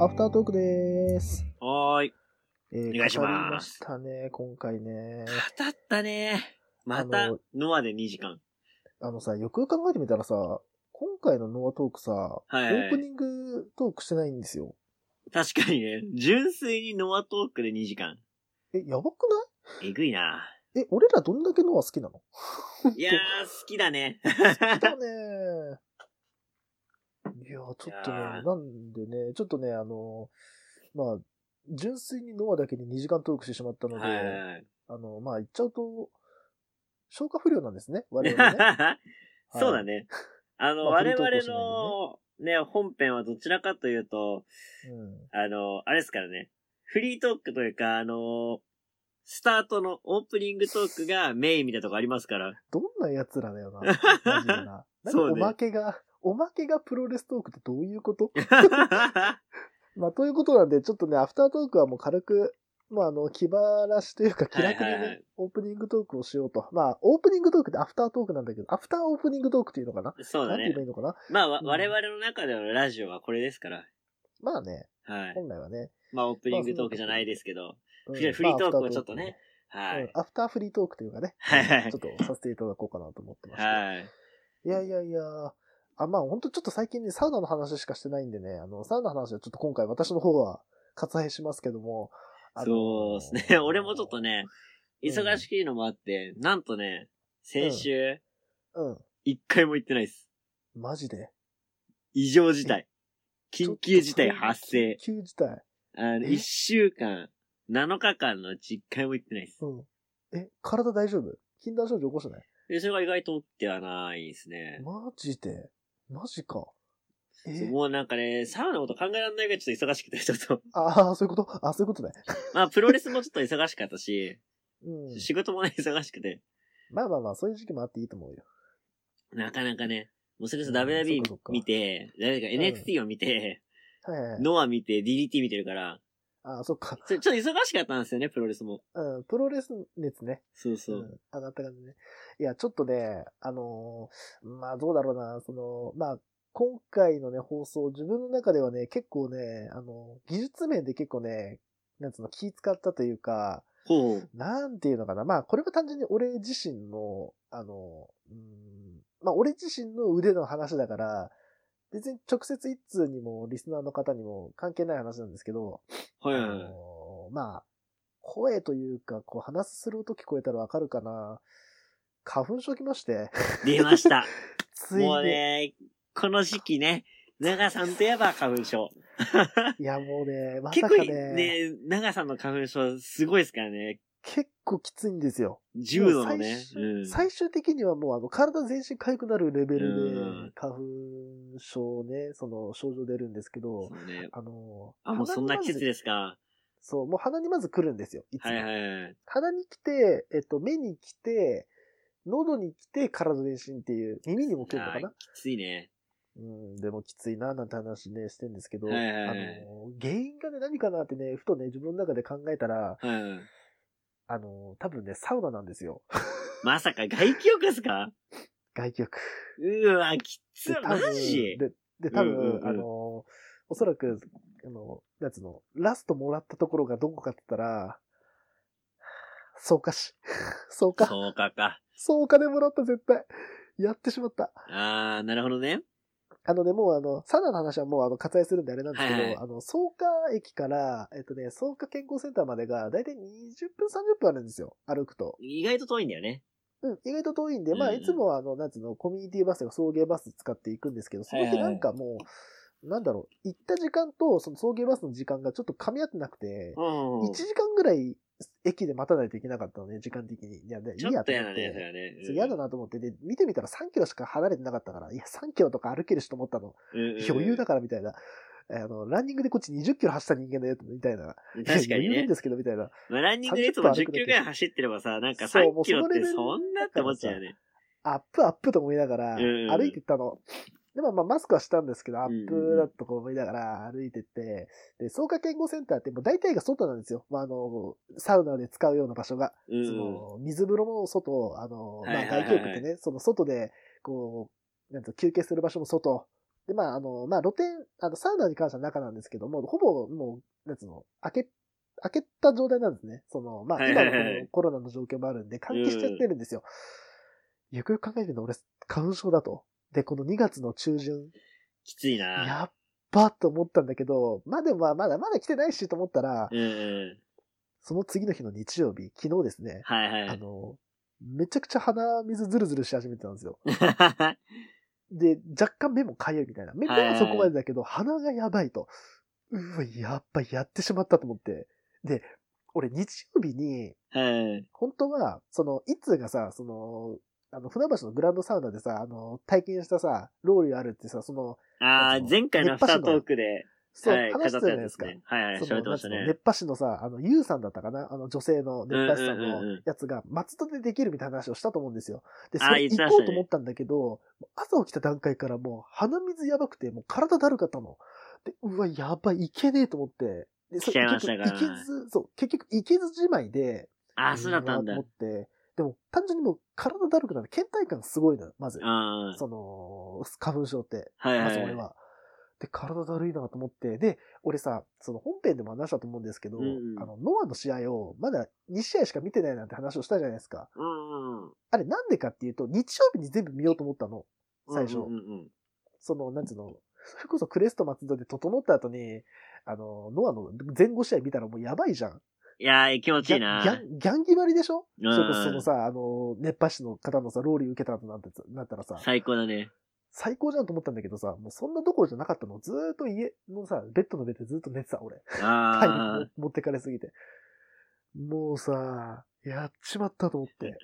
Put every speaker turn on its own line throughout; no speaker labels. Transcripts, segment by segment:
アフタートークでーす。
はーい。
えー
お願いします
語りましたね、今回ね。
語ったね。ま
あ
た
の、
ノアで2時間。
あのさ、よくよく考えてみたらさ、今回のノアトークさ、
いはい
オープニングトークしてないんですよ。
確かにね、純粋にノアトークで2時間。
え、やばく
えぐいな。
ないえ、俺らどんだけノア好きなの
いやー、好きだね。
だね ー。いやー、ちょっとね
いやー、
なんでね、ちょっとね、あのーまあ、純粋にノアだけに2時間トークしてしまったので、
はいはい
あのーまあ、言っちゃうと、消化不良なんですね、我 々ね。
はい。そうだね。あの、
まあフリ
我
ートー
々
クをしないでね
の、ね、本編はどちらかというと、
うん。
あの、あれですからね。フリートークというか、あの、スタートのオープニングトークがメインみたいなとこありますから。
どんな奴らだ よな。マジでな。なんか
そうね
おまけが、おまけがプロレストークってどういうことまあ、ということなんで、ちょっとね、アフタートークはもう軽く、まあ、あの、気晴らしというか、気楽に
はいはいは
ね
い、
オープニングトークをしようと。まあ、オープニングトークってアフタートークなんだけど、アフターオープニングトークっていうのかな
そう
なん
だ
て言え
ね
ば。いいのかな
まあ、わ
うん
我々の中でのラジオはこれですから。
まあね、
はい。
本来はね。
まあ、オープニングトークじゃないですけど。
うん
フリーフリートークはちょっと。ね。
まあア
は
フタートークうん
い。
アフターフリートークというかね、
はいは
ちょっとさせていただこうかなと思ってま
い。
す。
はい。
いやいやいや、あ、まあ本当ちょっと最近ね、サウナの話しかしてないんでね、あの、サウナの話はちょっと今回私の方は割愛しますけども、あの
そうですね。 俺もちょっと、ね、
うん
忙しいのもあって、なんとね、先週、
うん、
一回も行ってないです。
マジで。
異常事態。緊急事態発生
緊。急事態。
あの、
え
一週間、7日間のうち一回も行ってないです。
うん。え、体大丈夫禁断症状起こしてない
で、それが意外と起きてはないですね。
マジでマジか。
そう
え
もうなんかね、サウナのこと考えられないぐらいちょっと忙しくて、ちょっと。
ああ、そういうことあそういうことね。
まあ、プロレスもちょっと忙しかったし、
うん。
仕事もね、忙しくて、
まあまあまあ、そういう時期もあっていいと思うよ。
なかなかね、もうそれこそ
うん
WWE
そっかそっか
見て、誰か NXT を見て、
はいはいはい。
ノア見て、DDT 見てるから、
ああ、そっか。
ちょちょっと忙しかったんですよね、プロレスも。
うん、プロレス熱ね。
そうそうう。
ん上がった感じね。いや、ちょっとね、あのーまあどうだろうな、その、まあ、今回のね、放送、自分の中ではね、結構ね、あの、技術面で結構ね、なんつうの、気使ったというか、
ほう。
なんていうのかな、まあ、これは単純に俺自身の、あの、うん、まあ、俺自身の腕の話だから、別に直接一通にも、リスナーの方にも関係ない話なんですけど、
はいはい
あ
はい。
のーまあ、声というか、こう話する音聞こえたらわかるかな。花粉症きまして、
出ました。
つい
もう
に、
ね、この時期ね、長さんといえば花粉症。
いやもうね、まさ
結
か
構
ね、
ね、長さんの花粉症すごいですからね。
結構きついんですよ。
重度のね。
も
うん
う最終最終的にはもうあの体全身痒くなるレベ
う
ルで
ん、
花粉症ね、その症状出るんですけど
そ、うね。
あのー、
あ、もうそんな季
鼻にまず
節ですか。
そう、もう鼻にまず来るんですよ、いつも。
はいはいはい。
鼻に来て、えっと、目に来て、喉に来て、体全身っていう、耳にも来るのか
あー
な
きついね。
うん、でもきついな、なんて話ね、してんですけど、
はいはいはい
あの、原因がね、何かなってね、ふとね、自分の中で考えたら、
はいはい。
あの、多分ね、サウナなんですよ。
まさか外気浴ですか
外気浴。
うわ、きつい
で、多
マ
分
ジ
で、で、多分、
うんうんうん
あの、おそらく、あの、なんつうの、ラストもらったところがどこかって言ったら、 草加市。 草加。
そうかか。
草加でもらった、絶対。やってしまった。
あー、なるほどね。
あのね、もうあの、サウナの話はもうあの、割愛するんであれなんですけど、
はいはい
あの、草加駅から、えっとね、草加健康センターまでが、だいたい20分、30分あるんですよ、歩くと。
意外と遠いんだよね。
うん、意外と遠いんで、まあ、
うんうん
いつもはあの、なんつうの、コミュニティバスとか送迎バス使っていくんですけど、その
はい
日
はい
なんかもう、なんだろう、行った時間と、その送迎バスの時間がちょっと噛み合ってなくて、
う
1時間ぐらい駅で待たないといけなかったのね、時間的に。いや、でい
ちょっと嫌だ
思
ね、
て
それはね。
そう嫌だなと思って、で、見てみたら3キロしか離れてなかったから、いや、3キロとか歩けるしと思ったの。 余裕だ
か
からみたいな。あの、ランニングでこっち20キロ走った人間だよ、みたいな。
ら。確か
余
に
裕なん
ね。
ですけど、みたいな。
まあ、ランニングでいつも
30
10キロぐらい走ってればさ、なんか
そうも
3
う
キ
そ
ロ
の
っ
レベ
て
ル
そんなって思っちゃうよね。
アップアップと思いながら、
うん
歩いてったの。でもまあマスクはしたんですけど、アッ
うんう
プ
ん
だとか思いながら歩いてって、で、草加健康センターってもう大体が外なんですよ。まああの、サウナで使うような場所が。
うん
その、水風呂も外、あの、まあ
はいはいはい
外気浴ってね、その外で、こう、なんつうの休憩する場所も外。で、まあ、あの、まあ、露天、あの、サウナに関しては中なんですけども、ほぼもう、なんつうの、開け、開けた状態なんですね。その、まあ、
はい
今
はい
の
は
こ
い
のコロナの状況もあるんで、換気しちゃってるんですよ。よくよく考えてみると、俺、花粉症だと。で、この2月の中旬、
きついな。
やっばと思ったんだけど、まあでもまあまだまだ来てないしと思ったら、
うんうん。
その次の日の日曜日、昨日ですね、
はい は
あ
い。
の、めちゃくちゃ鼻水ズルズルし始めてたんですよ。で、若干目もかゆいみたいな。目目
はいはいは
はいそこまでだけど、鼻がやばいと。うわ、やっぱやってしまったと思って。で、俺日曜日に、
はい。
本当は、その、いつがさ、その、あの、船橋のグランドサウナでさ、あの、体験したさ、ロウリュあるってさ、その、
ああ、前回のアフタートークで、
そう、
はい、語っ
話
た
し
や
てたじゃ
つ
ない
で
です
す
か。
ね。はいはい、
そ
喋
の
ってました
なんつうの
ね。
熱波師のさ、あの、ゆうさんだったかなあの、女性の熱波師さん
うんうんうん
の
うん
やつが、松戸でできるみたいな話をしたと思うんですよ。で、
あー
それ
言っ
行
てま
こう
したね
と思ったんだけど、朝起きた段階からもう鼻水やばくて、もう体だるかったの。で、うわ、やばい、行けねえと思って。で、そ
来ちゃいましたか
結局行けず、そう、結局行けずじまいで、
ああ、そうだったんだ。
う
あ
わーと思って、でも単純にもう体だるくなる。倦怠感すごいのよ、まず。
あー、
その、花粉症って。
はい
ま
は
ず
い
俺。は。で、体だるいなと思って、で、俺さ、その本編でも話したと思うんですけど、
うんうん
あの、ノアの試合をまだ2試合しか見てないなんて話をしたじゃないですか。
うんうん。
あれなんでかっていうと、日曜日に全部見ようと思ったの。最初。
うんうんうん
その、なんつうの、それこそクレスト松戸で整った後に、あの、ノアの前後試合見たらもうやばいじゃん。
いやー、気持ち
ギ
い
ャ
いな。
ギャンギャン決まりでしょ、
うん
それこそそのさ、あの、熱波師の方のさ、ローリー受けた後なんてなったらさ、
最高だね。
最高じゃんと思ったんだけどさ、もうそんなどころじゃなかったの。ずーっと家のさ、ベッドの上でずーっと寝てた、俺。体
ああ
力。持ってかれすぎて。もうさ、やっちまったと思って。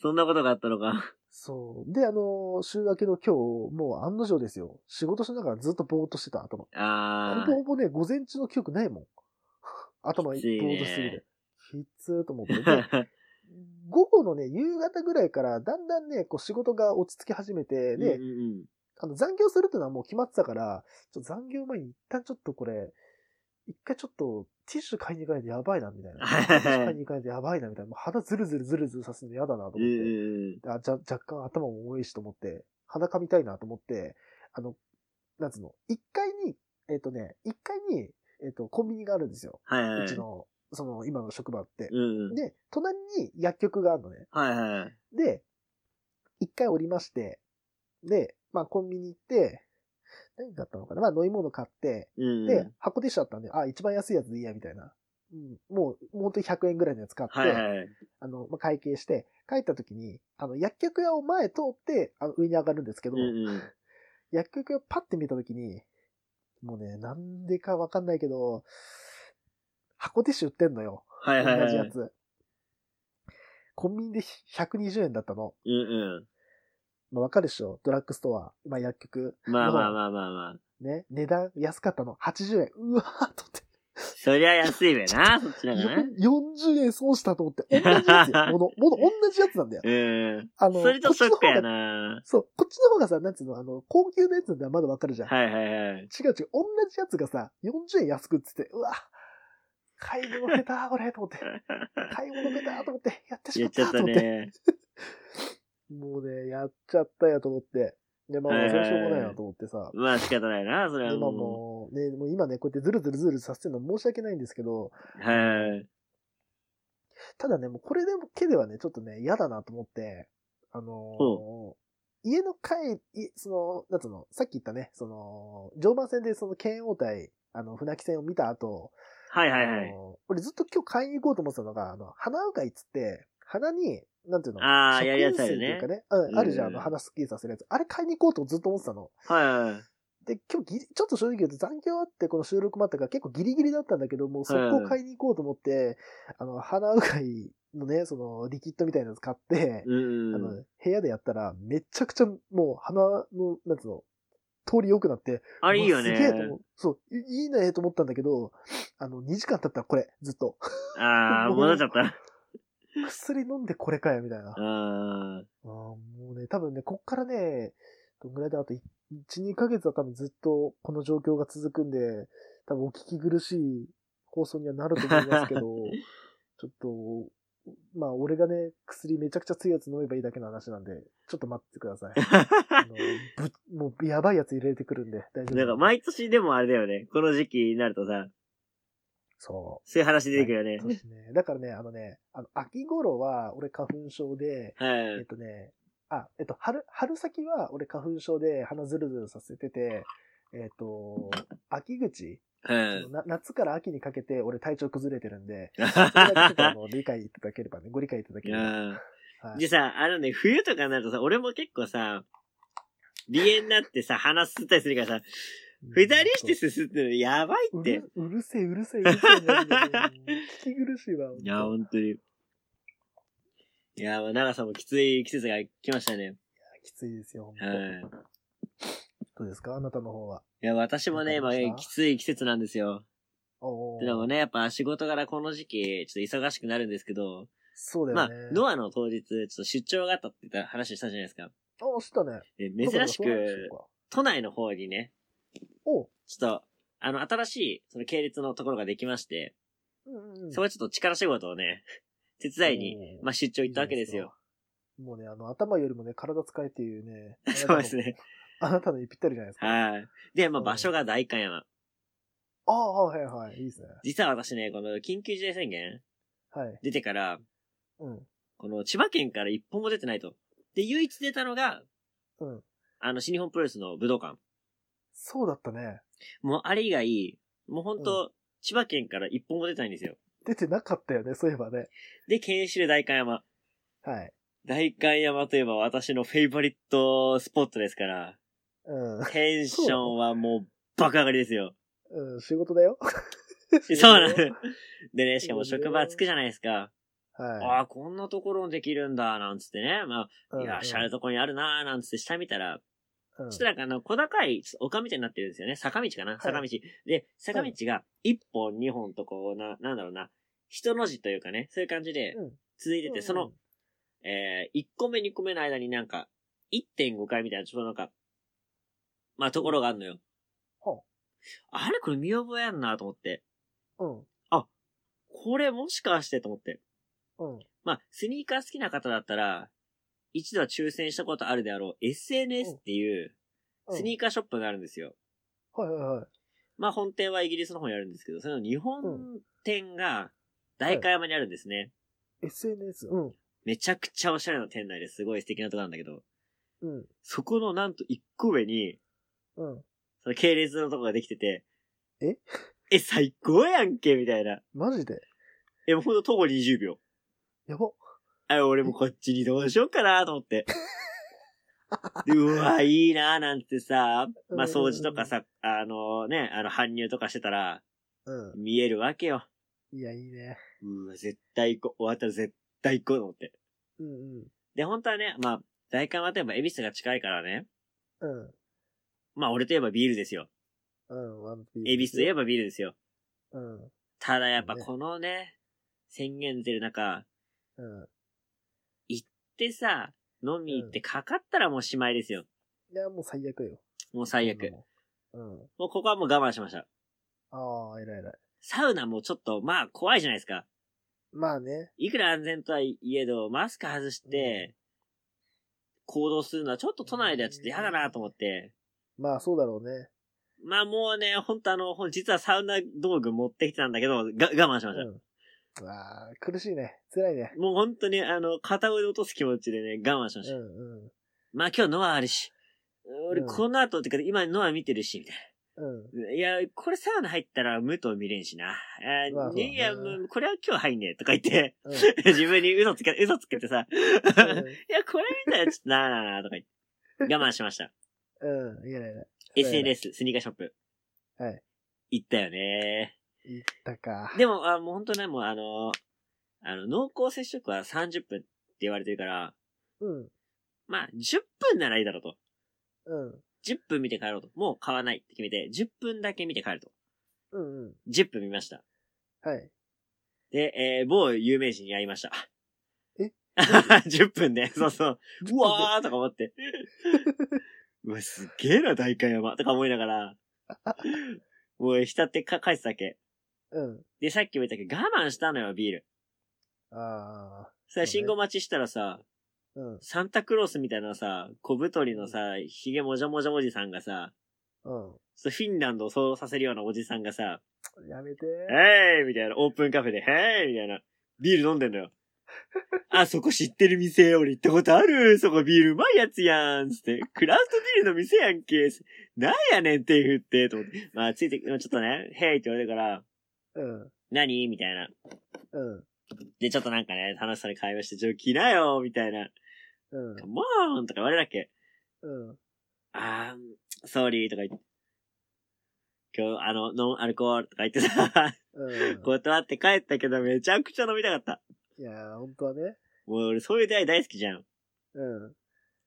そんなことがあったのか。
そう。で、あのー週明けの今日、もう案の定ですよ。仕事しながらずっとぼーっとしてた、頭。ほ
あ
ぼほぼね、午前中の記憶ないもん。 頭、ぼー
きついね
っとしすぎて。きつーと思 って。で
あ。
午後のね、夕方ぐらいから、だんだんね、こう仕事が落ち着き始めて、で、
うんうん
あの、残業するってのはもう決まってたから、ちょっと残業前に一旦ちょっとこれ、一回ちょっとティッシュ買いに行かないとやばいな、みたいな。ティッシュ買いに行かないとやばいな、みたいな。もう肌ズルズルズルズルさすの嫌だな、と思っ
う
て
ん。うんうんうん。
あじゃ若干頭も重いしと思って、鼻かみたいなと思って、あの、なんつうの、一階に、えっ、とね、一階に、えっ、と、コンビニがあるんですよ。
はいは
う
い
ち。の、その、今の職場って。
うんうん。
で、隣に薬局があるのね。
はいはい。
で、一回降りまして、で、まあコンビニ行って、何買ったのかなまあ飲み物買って、
うん。
で、箱ティッシュあったんで、あ、一番安いやつでいいや、みたいな。うん、もう、本当に100円ぐらいのやつ買って、
はいはい。
あの、まあ、会計して、帰った時に、あの、薬局屋を前通って、あの、上に上がるんですけど、
うんうん。
薬局屋パッて見た時に、もうね、なんでかわかんないけど、箱ティッシュ売ってんのよ。
はいはい
同じ
は
や
い。
つ。コンビニで120円だったの。
うんう
まあ、わかるでしょドラッグストア、まあ、薬局、
ん。まあまあまあまあまあ。
ね、値段安かったの、80円。うわーと
そりゃ安いべな、そっちの方が
思っ
な
て、。よ40円損したと思って、同じやつよ。もの、もの、同じやつなんだよ。
うん。
あの、
それとショックや
こっちの方が
な。
そう、こっちの方がさ、なんつうの、あの、高級なやつなんだよまだわかるじゃん。
はいはいは
違う違
い。
う、同じやつがさ、40円安くっつって、うわ買い物下手ー、これ、と思って。買い物下手ーと思って、やってし
言
ま
っ
っ
ち
た
ゃっ
ー
た
と思って。
ね。
もうね、やっちゃったやと思って。で、まあ、もうそれはしょうがないなと思ってさ。
まあ仕方ないな、それは
今
も
もう、ね、もう今ね、こうやってずるずるずるさせてるの申し訳ないんですけど、
う。はい。
ただね、もうこれでも、けではね、ちょっとね、嫌だなと思って、あのー家の帰り、その、なんつうの、さっき言ったね、その、常磐線でその県王対、あの、船木線を見た後、
はいはいは
あ
い。
のー俺ずっと今日買いに行こうと思ってたのが、あの、花うがいっつって、花に、なんていうの
あーやるやつあ
水と
るね
いうかね、うん、あるじゃん、あ
うん
の、花スッキリさせるやつ。あれ買いに行こうとずっと思ってたの。
はいはい。
で、今日ギリ、ちょっと正直言うと残業あってこの収録もあったから結構ギリギリだったんだけど、もう速攻買いに行こうと思って、あの、鼻うがいのね、その、リキッドみたいなやつ買って、
うん
あ
うん。
の、部屋でやったら、めちゃくちゃもう鼻の、なんつうの、通り良くなって、
あれいいよ
うわすげえと
ね。
思う。そう、いいいねと思ったんだけど、あの、2時間経ったらこれ、ずっと。
ああ、戻っちゃった。あ
薬飲んでこれかよ、みたいな。あ
あ。
ーもうね、多分ね、こっからね、どんぐらいであと1、2ヶ月は多分ずっとこの状況が続くんで、 多分お聞き苦しい放送にはなると思いますけど、ちょっと、まあ、俺がね、薬めちゃくちゃ強いやつ飲めばいいだけの話なんで、ちょっと待ってくだ さい。あのぶもう、やばいやつ入れてくるんで、大丈夫。
なんか毎年でもあれだよね。この時期になるとさ、
そ
そういう話
う。
出てくるよね。
毎年ね。だからね、あのね、あの、秋頃は、俺花粉症で、
はい
えっ。とね、あ、えっと、春、春先は俺花粉症で鼻ズルズルさせてて、えっと、秋口、
うん。
な夏から秋にかけて俺体調崩れてるん で、それだけちょっとあ
う
の理解いただければね、ご理解いただければ。
ん
はい
でさ、あのね、冬とかになるとさ、俺も結構さ、鼻炎になってさ、鼻すったりするからさ、二人してすすってるのやばいっ
う
て
る。うるせえ、うるせえ、うるせえ。マジでもう聞き苦しいわ。
いや、
本
本当に。いや、まあ、長さもきつい季節が来ましたね。
当きついですよ、本当
はい。
どうですかあなたの方は。
いや、私もね、
わ
ま
か
あ
りました、
きつい季節なんですよ。
お
でも
ね、
ね、やっぱ仕事からこの時期、ちょっと忙しくなるんですけど、
そうだ
まあ
よね。、
ノアの当日、ちょっと出張があったって言った話したじゃないですか。
あ、知ったね。
で珍し
そうだそう
く、
だ。
都内の方にね、
おう。
ちょっと、あの、新しい、その系列のところができまして、
うんうんうん
そこはちょっと力仕事をね、 手伝いに、
おー
まあ、出張行ったわけですよ。。
もうね、あの、頭よりもね、体使えっていうね
そうですね。
あなたのにぴったりじゃないですか。あ
はい。で、まあ、
うん
場所が代官山。
あ、はいはい。いいですね。
実は私ね、この緊急事態宣言
はい。
出てから、
うん。
この千葉県から一本も出てないと。で、唯一出たのが、
うん。
あの、新日本プロレスの武道館。
そうだったね。
もう、あれ以外、もうほんと、千葉県から一本も出てないんですよ。
出てなかったよね、そういえばね。
で、研修で代官山。
はい。
代官山といえば私のフェイバリットスポットですから、
うん。
テンションはもう爆上がりですよ。
うん、仕事だよ。
そうなの。でね、しかも職場着くじゃないですか。あ
は
あ、こんなところにできるんだ、なんつってね。ま
い。
あ、いらっしゃるとこにあるな、なんつって下見たら、
うん。うん
ちょっとなんかあの、小高い丘みたいになってるんですよね。坂道かな坂道。で、坂道が1本、2本とこう、な、なんだろうな。人の字というかね、そういう感じで
うん
続いてて、その、、えー、1個目、2個目の間になんか、1.5回みたいな、ちょっとなんか、まあ、ところがあるのよ。
ほう
あれこれ見覚えやんなと思って。
うん。
これもしかしてと思って。
うん。
まあ、スニーカー好きな方だったら、一度は抽選したことあるであろう SNS っていうスニーカーショップがあるんですよ。
ーはいはいはい。
まあ本店はイギリスの方にあるんですけど、その日本店が代官山にあるんですね。
SNS。うん。
めちゃくちゃおしゃれな店内ですごい素敵なとこなんだけど、
うん。
そこのなんと1個上に、
うん。
その系列のとこができてて、
え
え、最高やんけみたいな。
マジで
え、もうほんと徒歩20秒。
やば。
あ、俺もこっちにどうしようかなと思って。でうわ、いいなーなんてさ、まあ掃除とかさ、あのね、あの搬入とかしてたら、
う
見えるわけよ。
ん。いや、いいね。
うわ、絶対行こう。終わったら絶対行こうと思って。
うんうん。
で、本当はね、まあ、大韓は例えば恵比寿が近いからね。
うん。
まあ、俺といえばビールですよ。
うん。ワンピース。
恵比寿といえばビールですよ。
うん。
ただやっぱ
ね
このね、宣言出る中、
うん。
でさ、飲み行ってかかったらもうしまいですよ。
いや、もう最悪よ。
もう最悪。。
うん。
もうここはもう我慢しました。
ああ、偉い偉い。
サウナもちょっと、まあ、怖いじゃないですか。
まあね。
いくら安全とはいえど、マスク外して、行動するのはちょっと都内ではちょっと嫌だなと思って、
まあ、そうだろうね。
まあもうね、ほんとあの、ほん実はサウナ道具持ってきてたんだけど、が我慢しました。
うん。ああ、苦しいね。辛いね。
もうほんとにあの、片腕落とす気持ちでね、我慢しまし
う
た。
んうん。
まあ今日ノアあるし、俺
うん
この後、ってか今ノア見てるし、みたい
うん。
な。いや、これサウナ入ったら武藤見れんしな。
まあ
あ
そうだね
いや、もうこれは今日入んねえとか言って、
うん。
自分に嘘つけ、嘘つけてさ、いや、
う
これ見たらちょっとなあなあなあとか言って、我慢しました。
んうん。いやいやいや。
SNS、スニーカーショップ。
はい。
行ったよね
いったか。
でも、あもう本当ね、もうあの、あの、濃厚接触は30分って言われてるから、
うん。
まあ、10分ならいいだろうと。
うん。
10分見て帰ろうと。もう買わないって決めて、10分だけ見て帰ると。
うんうん。
10分見ました。
はい。
で、えー、某有名人に会いました。
え
?10 分で、そうそう。うわーとか思って。 うわ、すげえな、大官山。とか思いながら、もう浸ってか返すだけ。
うん。
で、さっきも言ったけど、我慢したのよ、ビール。
ああ。
さ、信号待ちしたらさ、
うん。
サンタクロースみたいなさ、小太りのさ、ひげもじゃもじゃおじさんがさ、
う
そうフィンランドを想像させるようなおじさんがさ、
ん。やめて。
へいみたいな、オープンカフェで、へいみたいな、ビール飲んでんのよ。あ、そこ知ってる店、俺行ったことある、そこビールうまいやつやん、つって。クラフトビールの店やんけ、なんやねん、手振って、と思って。まあ、ついて、ちょっとね、へいって言われるから、
うん。
何みたいな。
うん。
で、ちょっとなんかね、楽しそうに会話して、ちょ、来なよ、みたいな。
うん。
カモーンとか言われるわけ。
うん。
あー、ソーリーとか言って。今日、あの、ノンアルコールとか言ってさ、
うん。
断って帰ったけど、めちゃくちゃ飲みたかった。
いやー、本当はね。
もう俺そういう出会い大好きじゃん。
うん。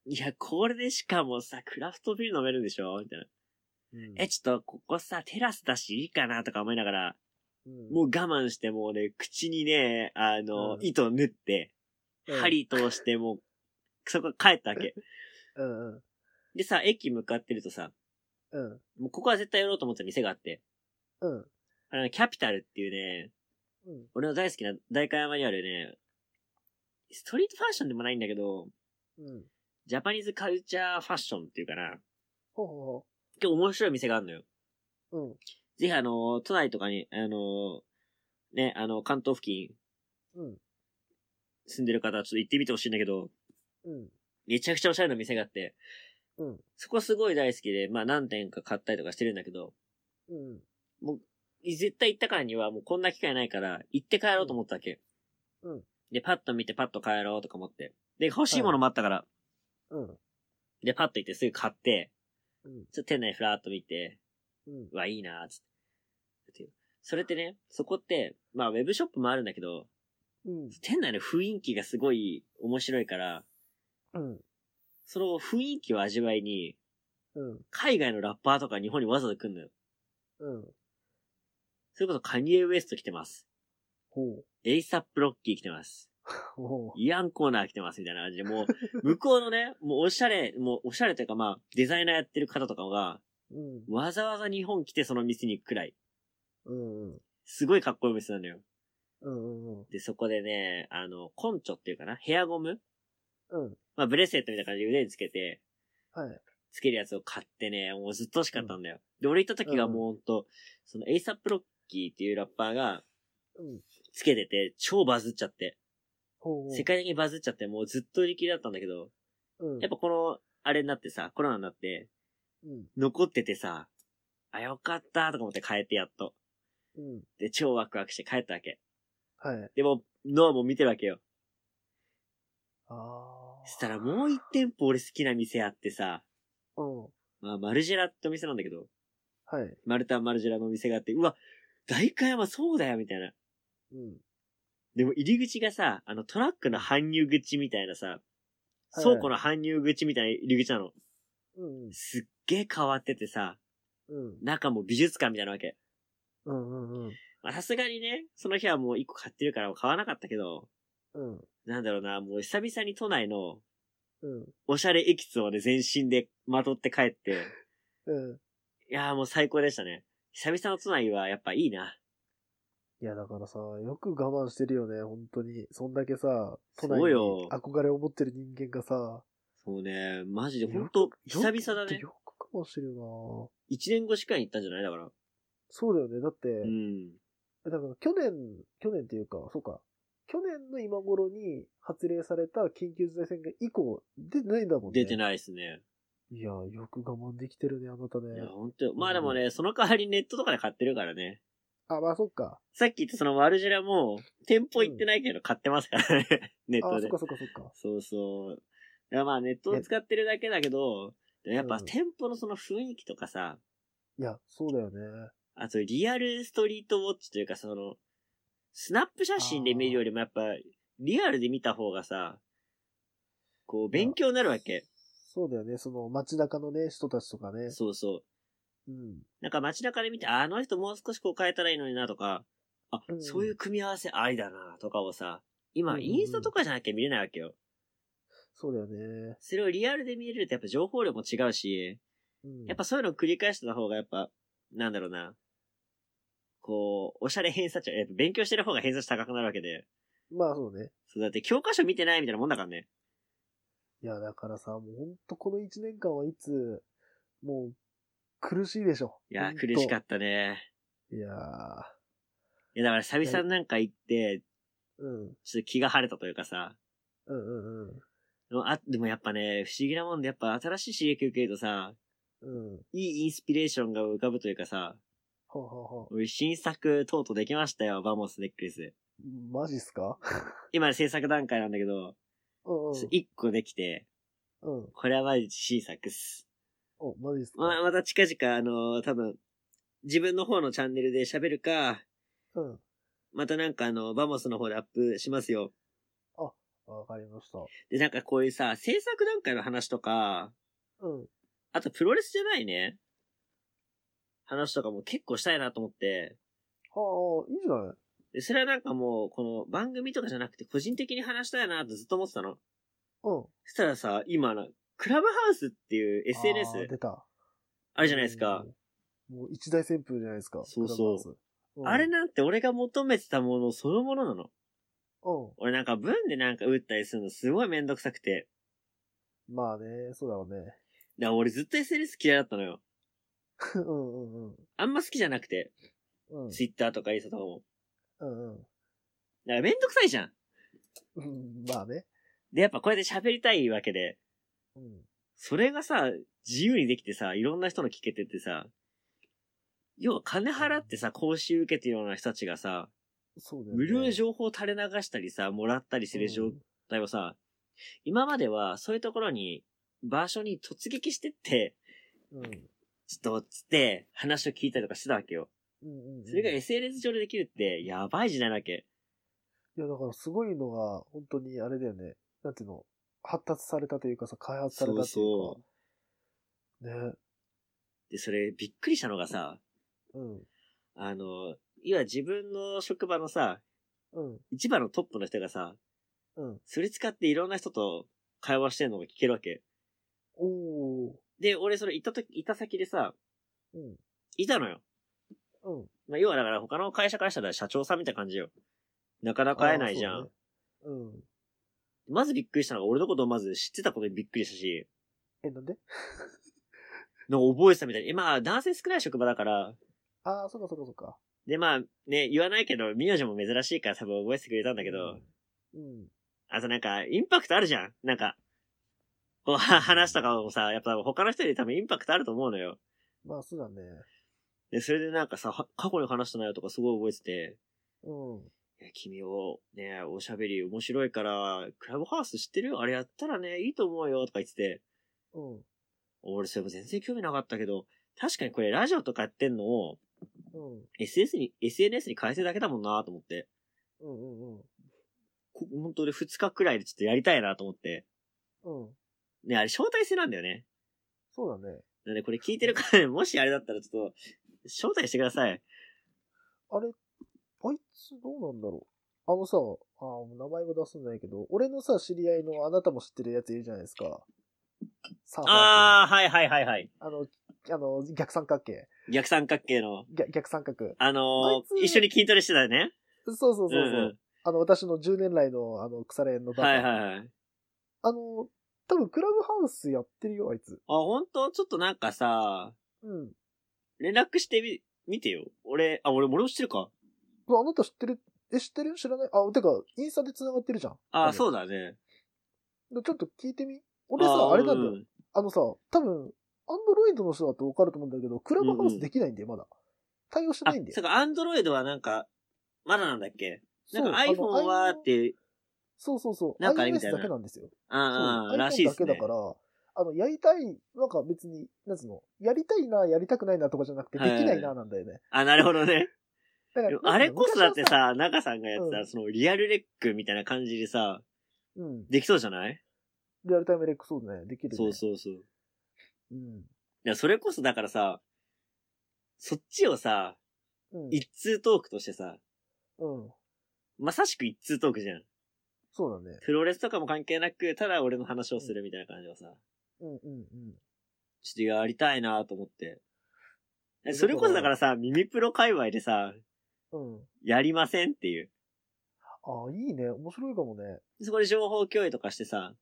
いや、これでしかもさ、クラフトビール飲めるんでしょみたいな。
うん
え、、ちょっと、ここさ、テラスだしいいかなとか思いながら、
うん
もう我慢して、もうね、口にね、あの、
うん
糸縫って、
うん
針通して、もう、そこ帰ったわけ。
うんうん。
でさ、駅向かってるとさ、
うん。
もうここは絶対寄ろうと思ってた店があって、
うん。
あの、キャピタルっていうね、
うん。
俺の大好きな代官山にあるね、ストリートファッションでもないんだけど、
うん。
ジャパニーズカルチャーファッションっていうかな、
ほうほ
結構面白い店があるのよ。
うほ
ぜひあの、都内とかに、あの、ね、あの、関東付近
う。うん。
住んでる方はちょっと行ってみてほしいんだけど、
うん。
めちゃくちゃおしゃれな店があって、
うん。
そこすごい大好きで、まあ何点か買ったりとかしてるんだけど、
うん。
絶対行ったからにはもうこんな機会ないから、行って帰ろうと思ったわけ。
うんうん
で、パッと見てパッと帰ろうとか思って。で、欲しいものもあったから、
うん。
で、パッと行ってすぐ買って、
うん。
ちょっと店内ふらーっと見て、
うん
う。わ、いいなーっつって。それってね、そこって、まあウェブショップもあるんだけど、
うん。
店内の雰囲気がすごい面白いから、
うん。
その雰囲気を味わいに、
うん。
海外のラッパーとか日本にわざわざ来んのよ。
うん。
それこそカニエ・ウエスト来てます。
ほう。
エイサップ・ロッキー来てます。
ほ
イアン・コーナー来てますみたいな感じで、もう、向こうのね、もうおしゃれ、もうおしゃれというかまあ、デザイナーやってる方とかが、
う。うん。
わざわざ日本来てその店に行くくらい、
うん。うん。
すごいかっこいいお店なのよ。
うん。
で、そこでね、あの、コンチョっていうかな、ヘアゴム
うん。
まあ、ブレスレットみたいな感じで腕につけて、
はい。
つけるやつを買ってね、もうずっと欲しかったんだよ。で、俺行った時がもうほんと、そのエイサップロッキーっていうラッパーが
うん。
つけてて、超バズっちゃって、
ほうほう。
世界的にバズっちゃって、もうずっと売り切れだったんだけど、
うん。
やっぱこの、あれになってさ、コロナになって、
うん。
残っててさ、あ、よかったとか思って変えてやっと。
うん。
で、超ワクワクして帰ったわけ。
はい。
でも、ノアも見てるわけよ。
ああ。
そしたらもう一店舗俺好きな店あってさ、
うん。
まあ、マルジェラってお店なんだけど、
はい。
マルタンマルジェラのお店があって、うわ、大会山そうだよ、みたいな。
うん。
でも入り口がさ、あのトラックの搬入口みたいなさ、
い
倉庫の搬入口みたいな入り口なの。
うん。
すっげえ変わっててさ、
うん。
中も美術館みたいなわけ。
うん。うん。うん。
まあさすがにね、その日はもう一個買ってるから買わなかったけど、
うん。
なんだろうな、もう久々に都内の
うん。
おしゃれエキスをね、全身でまとって帰って、
うん。
いやーもう最高でしたね。久々の都内はやっぱいいな。
いや、だからさ、よく我慢してるよね、本当に。そんだけさ、都
そう
内
よ
に憧れを持ってる人間がさ、
そうね、マジでほん
よ
と、
よ
久
く
々だね。
よく我慢してるよ
一年越しくらいに行ったんじゃないだから。
なそうだよね。だって、
うん。
だから去年、去年っていうか、そうか。去年の今頃に発令された緊急事態宣言以降、出てないんだもんね。
出て
い。
ないですね。
いや、よく我慢できてるね、あなたね
いや、。本当よまあでもね、その代わりネットとかで買ってるからね。
あ、まあそっか。
さっき言ったそのマルジェラも、店舗行ってないけど買ってますからね。 ネッ
あ、
ト
そ
で
っか。そっかそっか。
そうそう。いやまあネットを使ってるだけだけど、やっぱ
うん
店舗のその雰囲気とかさ、
いや、そうだよね。
あとリアルストリートウォッチというかその、スナップ写真で見るよりもやっぱ、リアルで見た方がさ、こう勉強になるわけ。
そうだよね。その街中のね、人たちとかね。
そうそ
う
う。
ん。
なんか街中で見て、ああの人もう少しこう変えたらいいのになとか、あ、
うん
そういう組み合わせありだなとかをさ、
う
今
んうん
インスタとかじゃなきゃ見れないわけよ。
そうだよね。
それをリアルで見れるとやっぱ情報量も違うし、
うん。
やっぱ、そういうのを繰り返してた方がやっぱ、なんだろうな。こう、おしゃれ偏差値、やっぱ勉強してる方が偏差値高くなるわけで、
まあそうね。
そうだって教科書見てないみたいなもんだからね。
いや、だからさ、もうほんとこの1年間はいつ、もう、苦しいでしょ。
いやー、苦しか
っ
ったね。
た。いやー
いや、だから久々になんか行って、
うん、
ちょっと気が晴れたというかさ。
うんうん
でもあでもやっぱね、不思議なもんで、やっぱ新しい刺激受けるとさ、
うん。うん。
いいインスピレーションが浮かぶというかさ、
ほうほうほ
俺新作とうとうできましたよ、バモスネックレス。
う。マジっすか
今制作段階なんだけど、
うんうん。
一個できて、
うん。
これはマジ新作っす。
お、マジっすか
ま、また近々、あのー多分、自分の方のチャンネルで喋るか、
うん。
またなんかあの、バモスの方でアップしますよ。
わかりました。
で、なんかこういうさ、制作段階の話とか、
うん。
あとプロレスじゃないね。話とかも結構したいなと思って。
はあ、いいじゃない
で、それはなんかもう、この番組とかじゃなくて個人的に話したいなとずっと思ってたの。
うん。
そしたらさ、今な、クラブハウスっていう SNS
あー出た。
あるじゃないですか。
うん。もう一大旋風じゃないですか。
そうそ
クラ
う
ブハウス。ん
あれなんて俺が求めてたものそのものなの。
う
俺なんか文でなんか打ったりするのすごいめんどくさくて。
ん。まあね、そうだろうね。
だから俺ずっと SNS 嫌いだったのよ。
うんうんうん。
あんま好きじゃなくて。
うん。
Twitter とかインスタとかも。
うんうん
だからめんどくさいじゃん。
うん。まあね。
で、やっぱこうやって喋りたいわけで。
うん。
それがさ、自由にできてさ、いろんな人の聞けてってさ、要は金払ってさ、講習受けてるような人たちがさ、
そうだよね。
無料で情報を垂れ流したりさ、もらったりする状態をさ、今まではそういうところに、場所に突撃してって、
うん。うん
ちょっと、つって、話を聞いたりとかしてたわけよ。
うんうん。
それが
い
SNS 上でできるって、やばい時代なわけ。
や、だからすごいのが、本当にあれだよね。なんていうの、発達されたというかさ、開発されたというか。
そう
ね。
で、それ、びっくりしたのがさ、
うん。
あの、いわ自分の職場のさ、
うん。
一番のトップの人がさ、
うん。
それ使っていろんな人と会話してるのが聞けるわけ。
おー。
で、俺それ行ったとき、行った先でさ、
うん。
いたのよ。
うん。
まあ、要はだから他の会社からしたら社長さんみたいな感じよ。なかなか会えないじゃ
あ
ん。
ー。そうねうん。
まずびっくりしたのが俺のことをまず知ってたことにびっくりしたし、
え、なんで
の覚えてたみたいに。えまあ男性少ない職場だから、
ああ、そっかそっかそっか。
でまあね、言わないけど、名字も珍しいから多分覚えててくれたんだけど、
うん。
あとなんかインパクトあるじゃん。なんか、こうは話とかもさ、やっぱ他の人より多分インパクトあると思うのよ。
まあ、そうだね。
で、それでなんかさ、は過去に話した内容とかすごい覚えてて、
うん。
いや君をね、おしゃべり面白いから、クラブハウス知ってるあれやったらね、いいと思うよとか言ってて、
うん。
俺それも全然興味なかったけど、確かにこれラジオとかやってんのを、
うん。
SS に、SNS に変えてるだけだもんなと思って、
うんうん
こ本当で2日くらいでちょっとやりたいなと思って、
うん。うん。
ね、あれ招待制なんだよね。
そうだね。
なんでこれ聞いてるから、もしあれだったらちょっと、招待してください。
あれ、あいつどうなんだろう。あのさ、あー名前は出すんだけど、俺のさ、知り合いのあなたも知ってるやついるじゃないですか。サーファー
あー、はいはいはいはい。
あの、あの、逆三角形。
逆三角形の、
逆逆三角。
あの
あ
ー、
いつ
一緒に筋トレしてたよね。
そうそうそうそう、
んん
あの、私の10年来の、あの、腐れ縁のバカ。
はいはいはい。
あの、多分クラブハウスやってるよ、あいつ。
あ、ほんとちょっとなんかさ、
うん。
連絡してみ、見てよ。俺、あ、俺、俺も知ってるか。
あなた知ってるえ、知ってる知らないあ、てか、インスタで繋がってるじゃん。
あ、
う。
そうだね。
でちょっと聞いてみ。俺さ、あ
ー
れなんだよ。
う
あのさ、多分、アンドロイドの人だと分かると思うんだけど、クラブハウスできないんだよ、まだ。対応して
あ
ないんだ、よ
そ。うか、アンドロイドはなんか、まだなんだっけ
そう
な
ん
か iPhone は
あの iPhone
っ。て、
そうそうそう。
なんかあれみた
iOS
いな
だけなんですよ。
あーあ
そ
ー、
う
らし
iPhone
いで
だ
す
け
ね
だ。から、あの、やりたい、なんか別に、なんつうの、やりたいな、やりたくないなとかじゃなくて、で
はい
き
はい
ないな、なんだよね。
あ、なるほどね。
だから
でもあれこそだっ
な
て、
んか
さ、中さんがやって
う
た、
ん
その、リアルレックみたいな感じで
昔は
さ、
さうん。
できそうじゃない
リアルタイムレックそうね、できるね。。
そうそうそう。いう
うん。
や、それこそだからさ、そっちをさ、
うん。
一通トークとしてさ、
うん。
まさしく一通トークじゃん。
そうだね。
プロレスとかも関係なく、ただ俺の話をするみたいな感じをさ、
うんうんうん。
ちょっとやりたいなと思って。えそれこそだからさ、耳プロ界隈でさ、
うん。
やりませんっていう。
あああ、いいね。面白いかもね。
そこで情報共有とかしてさ、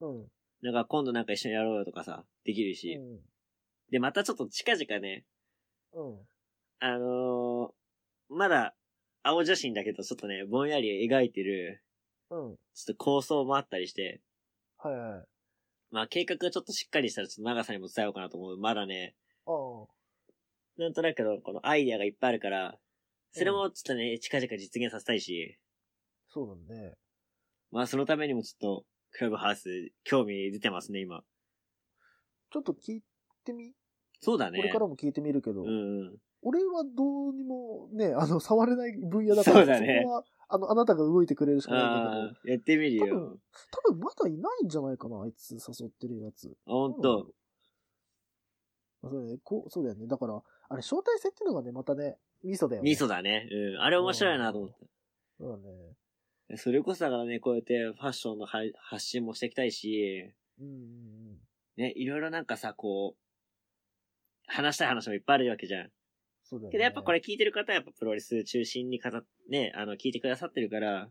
うん。
なんか今度なんか一緒にやろうよとかさ、できるし。で、またちょっと近々ね、
うん。うん。
あのーまだ、青写真だけど、ちょっとね、ぼんやり描いてる、
うん。
ちょっと構想もあったりして、
はいはい。あ
まあ計画がちょっとしっかりしたら、ちょっと長さんにも伝えようかなと思う。まだね、
あ。は
なんとなくのこのアイデアがいっぱいあるから、それもちょっとね、近々実現させたいし、
そうだね。
まあそのためにもちょっと、クラブハウス、興味出てますね、今。
ちょっと聞いてみ、
そうだ
こ
ね。
れからも聞いてみるけど、
うんうん。
俺はどうにもね、 あの、触れない分野だから、
そうだね
こは、あの、あなたが動いてくれるしかないんだけど
あ、あ、やってみる
多分
よ。
多分まだいないんじゃないかな、あいつ誘ってるやつ。
あ、ほんと。
まあそうだね、こう、そうだよね。だから、あれ、招待制っていうのがね、またね、ミソだよね。
味噌だね。うん。あれ面白いなと思った。
そうだね。
それこそだからね、こうやってファッションのは発信もしていきたいし、
うんうんうん。
ね、いろいろなんかさ、こう、話したい話もいっぱいあるわけじゃん。
そうだよね。
けどやっぱこれ聞いてる方はやっぱプロレス中心に語っね、あの、聞いてくださってるから、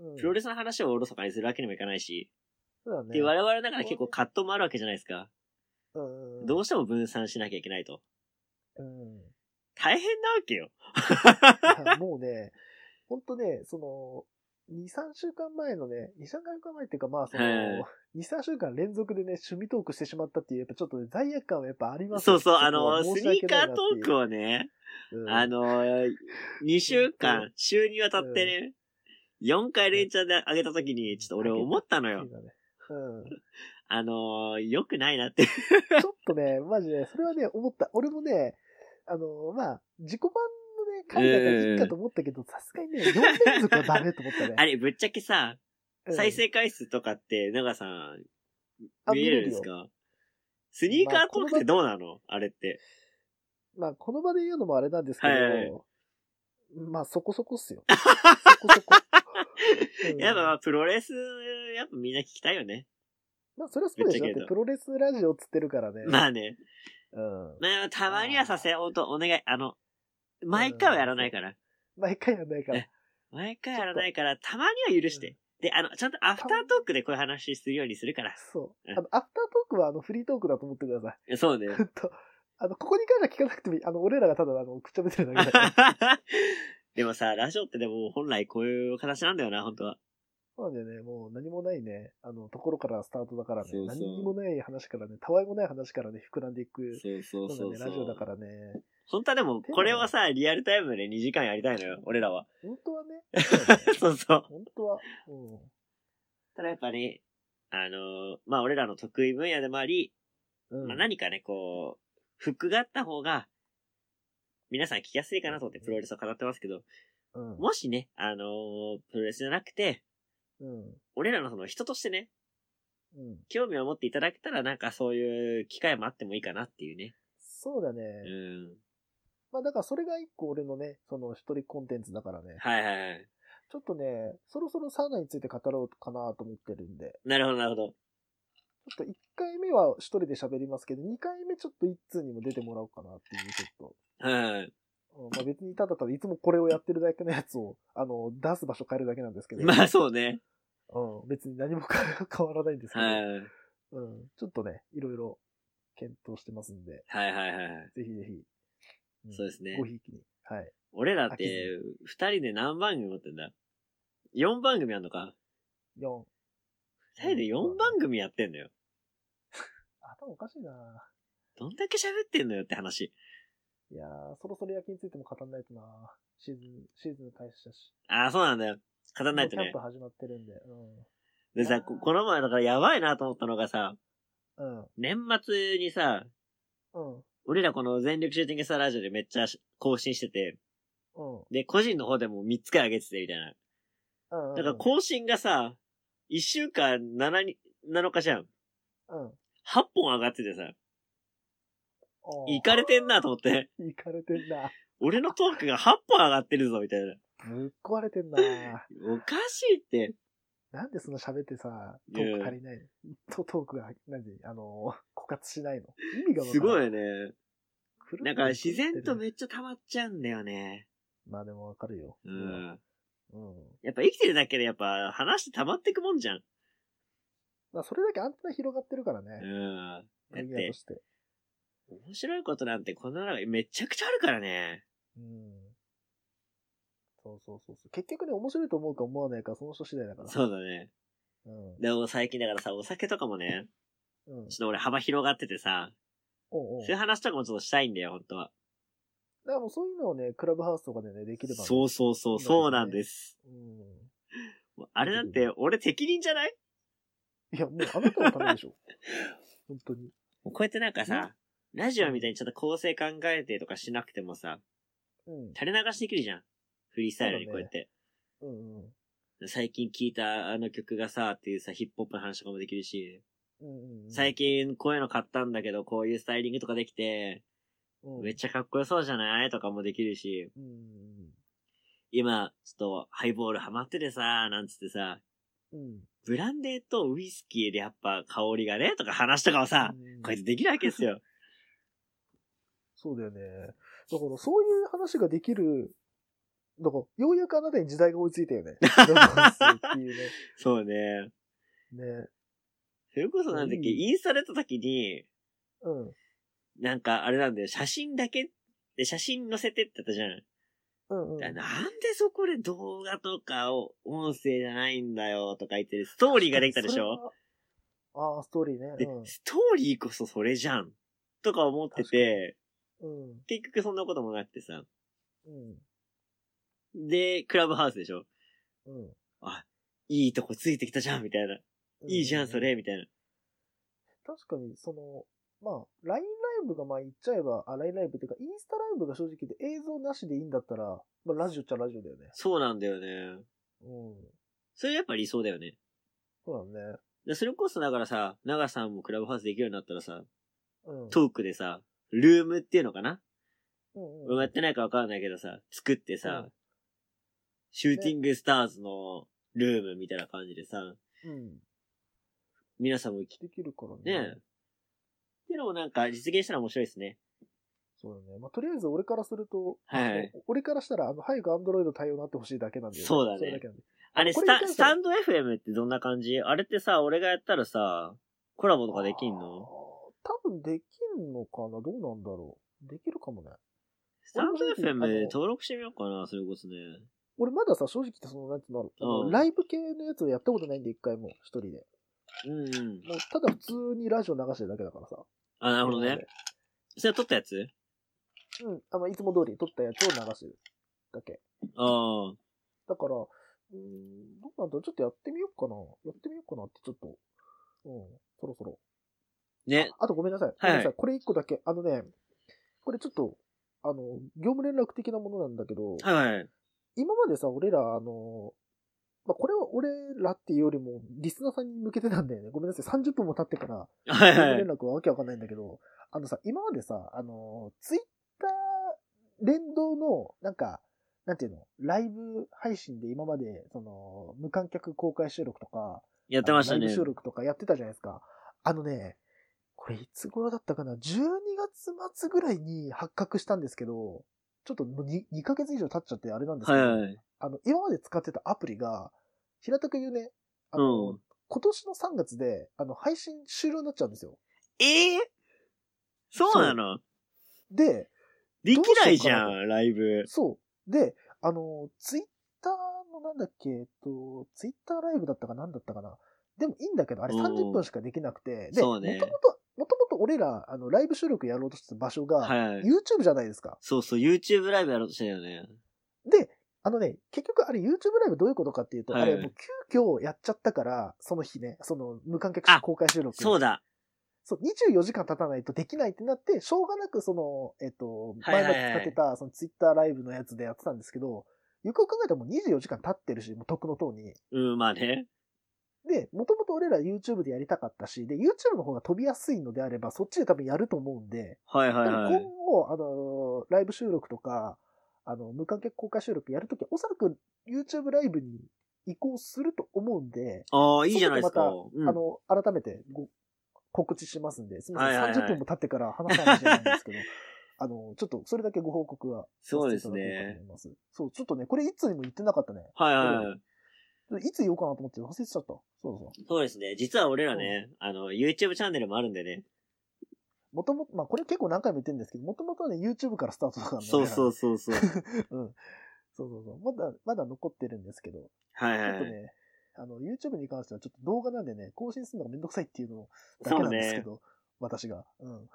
うん、
プロレスの話をおろそかにするわけにもいかないし、
そうだね。
で、我々だから結構葛藤もあるわけじゃないですか。
うんうん、
どうしても分散しなきゃいけないと。
うん。い
大変なわけよ。
や もうね、ほんとね、その、2、3週間前のね、2、3週間前っていうか、まあ、その、
はい
2、3週間連続でね、趣味トークしてしまったっていう、やっぱちょっとね、罪悪感はやっぱあります
そうそう、
ちょ
あ
っと
の、
申
ス
し訳
ニーカートーク
ないなっ
をね、
ていううん
あの、2週間、週にわたってね、4回連チャンで上げたときに、ちょっと俺思ったのよ
いい。だねうん。
あのー、良くないなって。。
ちょっとね、 マジで、それはね、思った。俺もね、あの、まあ、自己版のね、回だからいいかと思ったけど、さすがにね、4連続はダメと思ったね
あれ、ぶっちゃけさ、
うん
再生回数とかって、長さん、
あ
見えるんですかスニーカートークってどうなのあれって。
まあ、この場で言うのもあれなんですけど、
はいはいま
まあ、そこそこっす よ。そこそこ。うん
やっぱまあ、プロレス、やっぱみんな聞きたいよね。
まあ、それはそうでしょ。だ
ぶっちゃけ
っ
ど
て、プロレスラジオっつってるからね。
まあね。
うん。
まあ、たまにはさせ、ほんと、お願い。あの、毎回はやらないから。
毎回やんないから。
毎回やらないから、たまには許して。で、あの、ちゃんとアフタートークでこういう話するようにするから。
そう。あの、アフタートークは、あの、フリートークだと思ってください。
そうね。
ふっと。あの、ここに関しては聞かなくてもいい。あの、俺らがただ、あの、くっちゃべってるだけだ から。
でもさ、ラジオってでも本来こういう形なんだよな、本当は。
そうなんだよね。もう、何もないね。あの、ところからスタートだからね。
そうそう
何にもない話からね、たわいもない話からね、膨らんでいく。
そうそ
のがね、ラジオだからね。
本当はでも、これをさ、リアルタイムで2時間やりたいのよ、俺らは。
本当はね。そうだね
そうそう。
本当は。うん。
ただやっぱね、あのーまあ、俺らの得意分野でもあり、
うん
まあ、何かね、こう、フックがあった方が、皆さん聞きやすいかなと思ってプロレスを語ってますけど、
うん。
もしね、あのープロレスじゃなくて、
うん。
俺らのその人としてね、
うん。
興味を持っていただけたらなんかそういう機会もあってもいいかなっていうね。
そうだね。
うん。
まあだからそれが一個俺のね、その一人コンテンツだからね。
はいはいはい。
ちょっとね、そろそろサウナについて語ろうかなと思ってるんで。
なるほどなるほど。
ちょっと1回目は一人で喋りますけど、2回目ちょっと一通にも出てもらおうかなっていう、ちょっと。
うん。
うんまあ別にただただいつもこれをやってるだけのやつを、あの、出す場所変えるだけなんですけど。
まあそうね。
うん、別に何も変わらないんですけど。
はい。
うん、ちょっとね、いろいろ検討してますんで、
はいはいはい。
ぜひぜひ。ん
そうですね
ごひいきに。はい。
俺らって、二人で何番組持ってんだ ?4 番組あんのか
4。
二人で4番組やってんのよ。
頭おかしいな
どんだけ喋ってんのよって話。
いやー、そろそろ野球についても語らないとなシーズン、シーズン開始だし。
ああ、そうなんだよ。語んないと
もう
ね
キャ。ンプ始まってるんで。
でさ、ここの前だからやばいなと思ったのがさ、
うん。
年末にさ、
うん。うん。
俺らこの全力シューティングスターラジオでめっちゃ更新してて、
うん。
で、個人の方でも3つくらい上げててみたいな。
うん。
だから更新がさ、1週間7に、7日じゃん。
うん。うん
8本上がっててさ、
あー
いかれてんなと思って、
いかれてんな。
俺のトークが8本上がってるぞ、みたいな。
ぶっ壊れてんな。
おかしいって。
なんでそんな喋ってさ、トーク足りないのとトークが、なんで、あのー枯渇しないの意味がわか
す
ら
ごい
い。
よね。
くるくる
なんか自然と
くるくる
めっちゃ溜まっちゃうんだよね。
まあでもわかるよ。
うん。
うん。
やっぱ生きてるだけでやっぱ話して溜まってくもんじゃん。
まあ、それだけアンテナ広がってるから
う
ね。
ん。だっ
分野
て
と、して。
面白いことなんてこの中にめちゃくちゃあるからね。
うん。そうそうそうそう。結局ね、面白いと思うか思わないか、その人次第だから。
そうだね。
うん。
でも最近だからさ、お酒とかもね、
うん。
ちょっと俺幅広がっててさ、
おうおう
そういう話とかもちょっとしたいんだよ、本当は。
だからもうそういうのをね、クラブハウスとかでね、できれば、ね。
そうそうそう、そうなんです。
うん。
あれなんて俺適任じゃない
いや、もうあなたのためで しょ。本当に。
もうこうやってなんかさ、ラジオみたいにちょっと構成考えてとかしなくてもさ、
うん。
垂れ流しできるじゃん。フリースタイルにこうやって。
うんうん。
最近聴いたあの曲がさ、っていうさ、ヒップホップの話とかもできるし、
うんうん。
最近こういうの買ったんだけど、こういうスタイリングとかできて、
近
めっ
ゃ。
ちゃかっこよそうじゃないとかもできるし、
うんうん
今、ちょっとハイボールハマっててさ、なんつってさ、
うん。うん。
ブランデーとウイスキーでやっぱ香りがね、とか話とかをさ、こうやってできるわけですよ。
そうだよね。だから、そういう話ができる、だから、ようやくあなたに時代が追いついたよ ね。クラブハウスっていう
そうね。
ね。ね。
それこそなんだっけ、
うん
インスタ出た時に、
うん。
なんかあれなんだよ、写真だけ、で、写真載せてってやったじゃん。
うんうん。
なんでそこで動画とかを音声じゃないんだよとか言ってるストーリーができたでしょ
それはああ、ストーリーね。
で、ストーリーこそそれじゃんとか思ってて、
うん。うん。
結局そんなこともなくてさ。
うん。
で、クラブハウスでしょ
うん。
あ、いいとこついてきたじゃんみたいな。いいじゃんそれみたいな。
確かに、その、まあ、LINE ライブが、まあ言っちゃえば、あ、LINE ライブっていうか、インスタライブが正直で映像なしでいいんだったら、まあラジオっちゃラジオだよね。
そうなんだよね。
うん。
それやっぱ理想だよね。
そうだね。
でそれこそだからさ、長さんもクラブハウスできるようになったらさ、
うん。
トークでさ、ルームっていうのかな
うん
俺
う
も
ん。
やってないかわかんないけどさ、作ってさ、
うん
シューティングスターズのルームみたいな感じでさ、
うん。
皆さんもき
できるから
ね、
ね。
っていうのもなんか実現したら面白いですね。
そうだね。まあ、とりあえず俺からすると、
はい
お俺からしたら、あの、早くアンドロイド対応になってほしいだけなんだよ
そうだね
それけなんだよ
あれ
こ
ス
れ
タ、
いかんせん
スタンド FM ってどんな感じあれってさ、俺がやったらさ、コラボとかできん
あー
の
多分できんのかなどうなんだろうできるかもね。
スタンド
俺も正直あの
FM 登録してみようかな、それこそね。
俺まださ、正直その、なんていうの、あの
うん
ライブ系のやつをやったことないんで、一回も、一人で。
うんうん。
もう、ただ普通にラジオ流してるだけだからさ。
あ、なるほどね。それ撮ったやつ
うん。あの、いつも通り撮ったやつを流してるだけ。
ああ。
だから、うーん、どうなんだろうちょっとやってみようかな。やってみようかなって、ちょっと。うん。そろそろ。
ね。
あとごめんなさい。ごめんなさい。これ一個だけ。あのね、これちょっと、あの、業務連絡的なものなんだけど、
はいはい。
今までさ、俺ら、あの、まあ、これは俺らっていうよりも、リスナーさんに向けてなんだよね。ごめんなさい。30分も経ってから、
はい
業
は
務
い
連。絡はわけわかんないんだけど、あのさ、今までさ、あの、ツイッター連動の、なんか、なんていうの、ライブ配信で今まで、その、無観客公開収録とか、
やってました
あのライ
ね
ブ。収録とかやってたじゃないですか。あのね、これいつ頃だったかな ?12 月末ぐらいに発覚したんですけど、ちょっともう 2, 2ヶ月以上経っちゃってあれなんですけ
は
ど、
いはい。
あの、今まで使ってたアプリが、平たく言うね、あの、
うん
今年の3月で、あの、配信終了になっちゃうんですよ。
ええそうなの
で、
できないじ
どうしようか
ゃん、ライブ。
そう。で、あの、ツイッターのなんだっけ、えっと、ツイッターライブだったかなんだったかな。でもいいんだけど、あれ
うん
30分しかできなくて、で、
そ
もとも
うね
と、もともと俺ら、あの、ライブ収録やろうとしてた場所が、
はい。
YouTube じゃないですか。
そうそう、YouTube ライブやろうとしてたよね。
で、あのね、結局あれ YouTube ライブどういうことかっていうと、
はい
あれもう急遽やっちゃったから、その日ね、その無観客公開収録。
そうだ。
そう、24時間経たないとできないってなって、しょうがなくその、えっと、
は
前
いは
ま
いはい
で使ってた、そのツイッターライブのやつでやってたんですけど、よくよく考えたらもう24時間経ってるし、もう得の塔に。
うん、まあね。
で、もともと俺ら YouTube でやりたかったし、で、YouTube の方が飛びやすいのであれば、そっちで多分やると思うんで、
はい
多
はい
分
は
今
い。
後、あのー、ライブ収録とか、あの、無観客公開収録やるとき、おそらく YouTube ライブに移行すると思うんで、
ああ、いいじゃないですか。
そ
うん
あ。の、改めてご告知しますんで、すみません、
はいはいはい
30分も経ってから話さないじゃないんですけど、あの、ちょっとそれだけご報告はさ
そ
せ
うで
てい
す
ただこうかと
ね
思。います。そう、ちょっとね、これいつにも言ってなかったね。
はいはいはい。
いつ言おうかなと思って忘れてちゃった。そうそう。
そうですね。実は俺らね、あの、YouTube チャンネルもあるんでね。
もともと、まあこれ結構何回も言ってるんですけど、もともとはね、YouTube からスタートだからね。。
そうそううそうそう。
うん。そうそうそう。まだ、まだ残ってるんですけど、
はい
ちょ
は
っと
い。
ね、あの、YouTube に関してはちょっと動画なんでね、更新するのがめんどくさいっていうのだけ
そう
なんですけ
ね。
ど、私が。うん。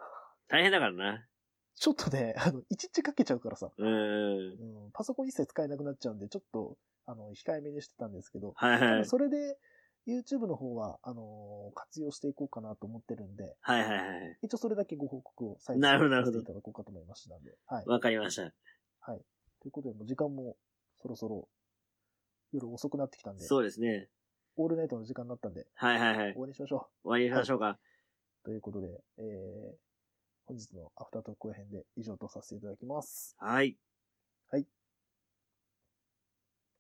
大変だからな。
ちょっとね、あの、一日かけちゃうからさ、
うーん。
うん、パソコン一切使えなくなっちゃうんで、ちょっと、あの、控えめにしてたんですけど、
はいはい。
それで、YouTube の方は、あのー活用していこうかなと思ってるんで、
はいはいはい。
一応それだけご報告を最後に
なるほどな
さ
るほ
せ
ど
ていただこうかと思いましたんで、はい。
わかりました。
はい。ということで、もう時間もそろそろ夜遅くなってきたんで、
そうですね。
オールナイトの時間になったんで、
はいはいはい。
終わりにしましょ
終わりにしましょうか。
う。ということで、えー、本日のアフタートーク後編で以上とさせていただきます。
はい。
はい。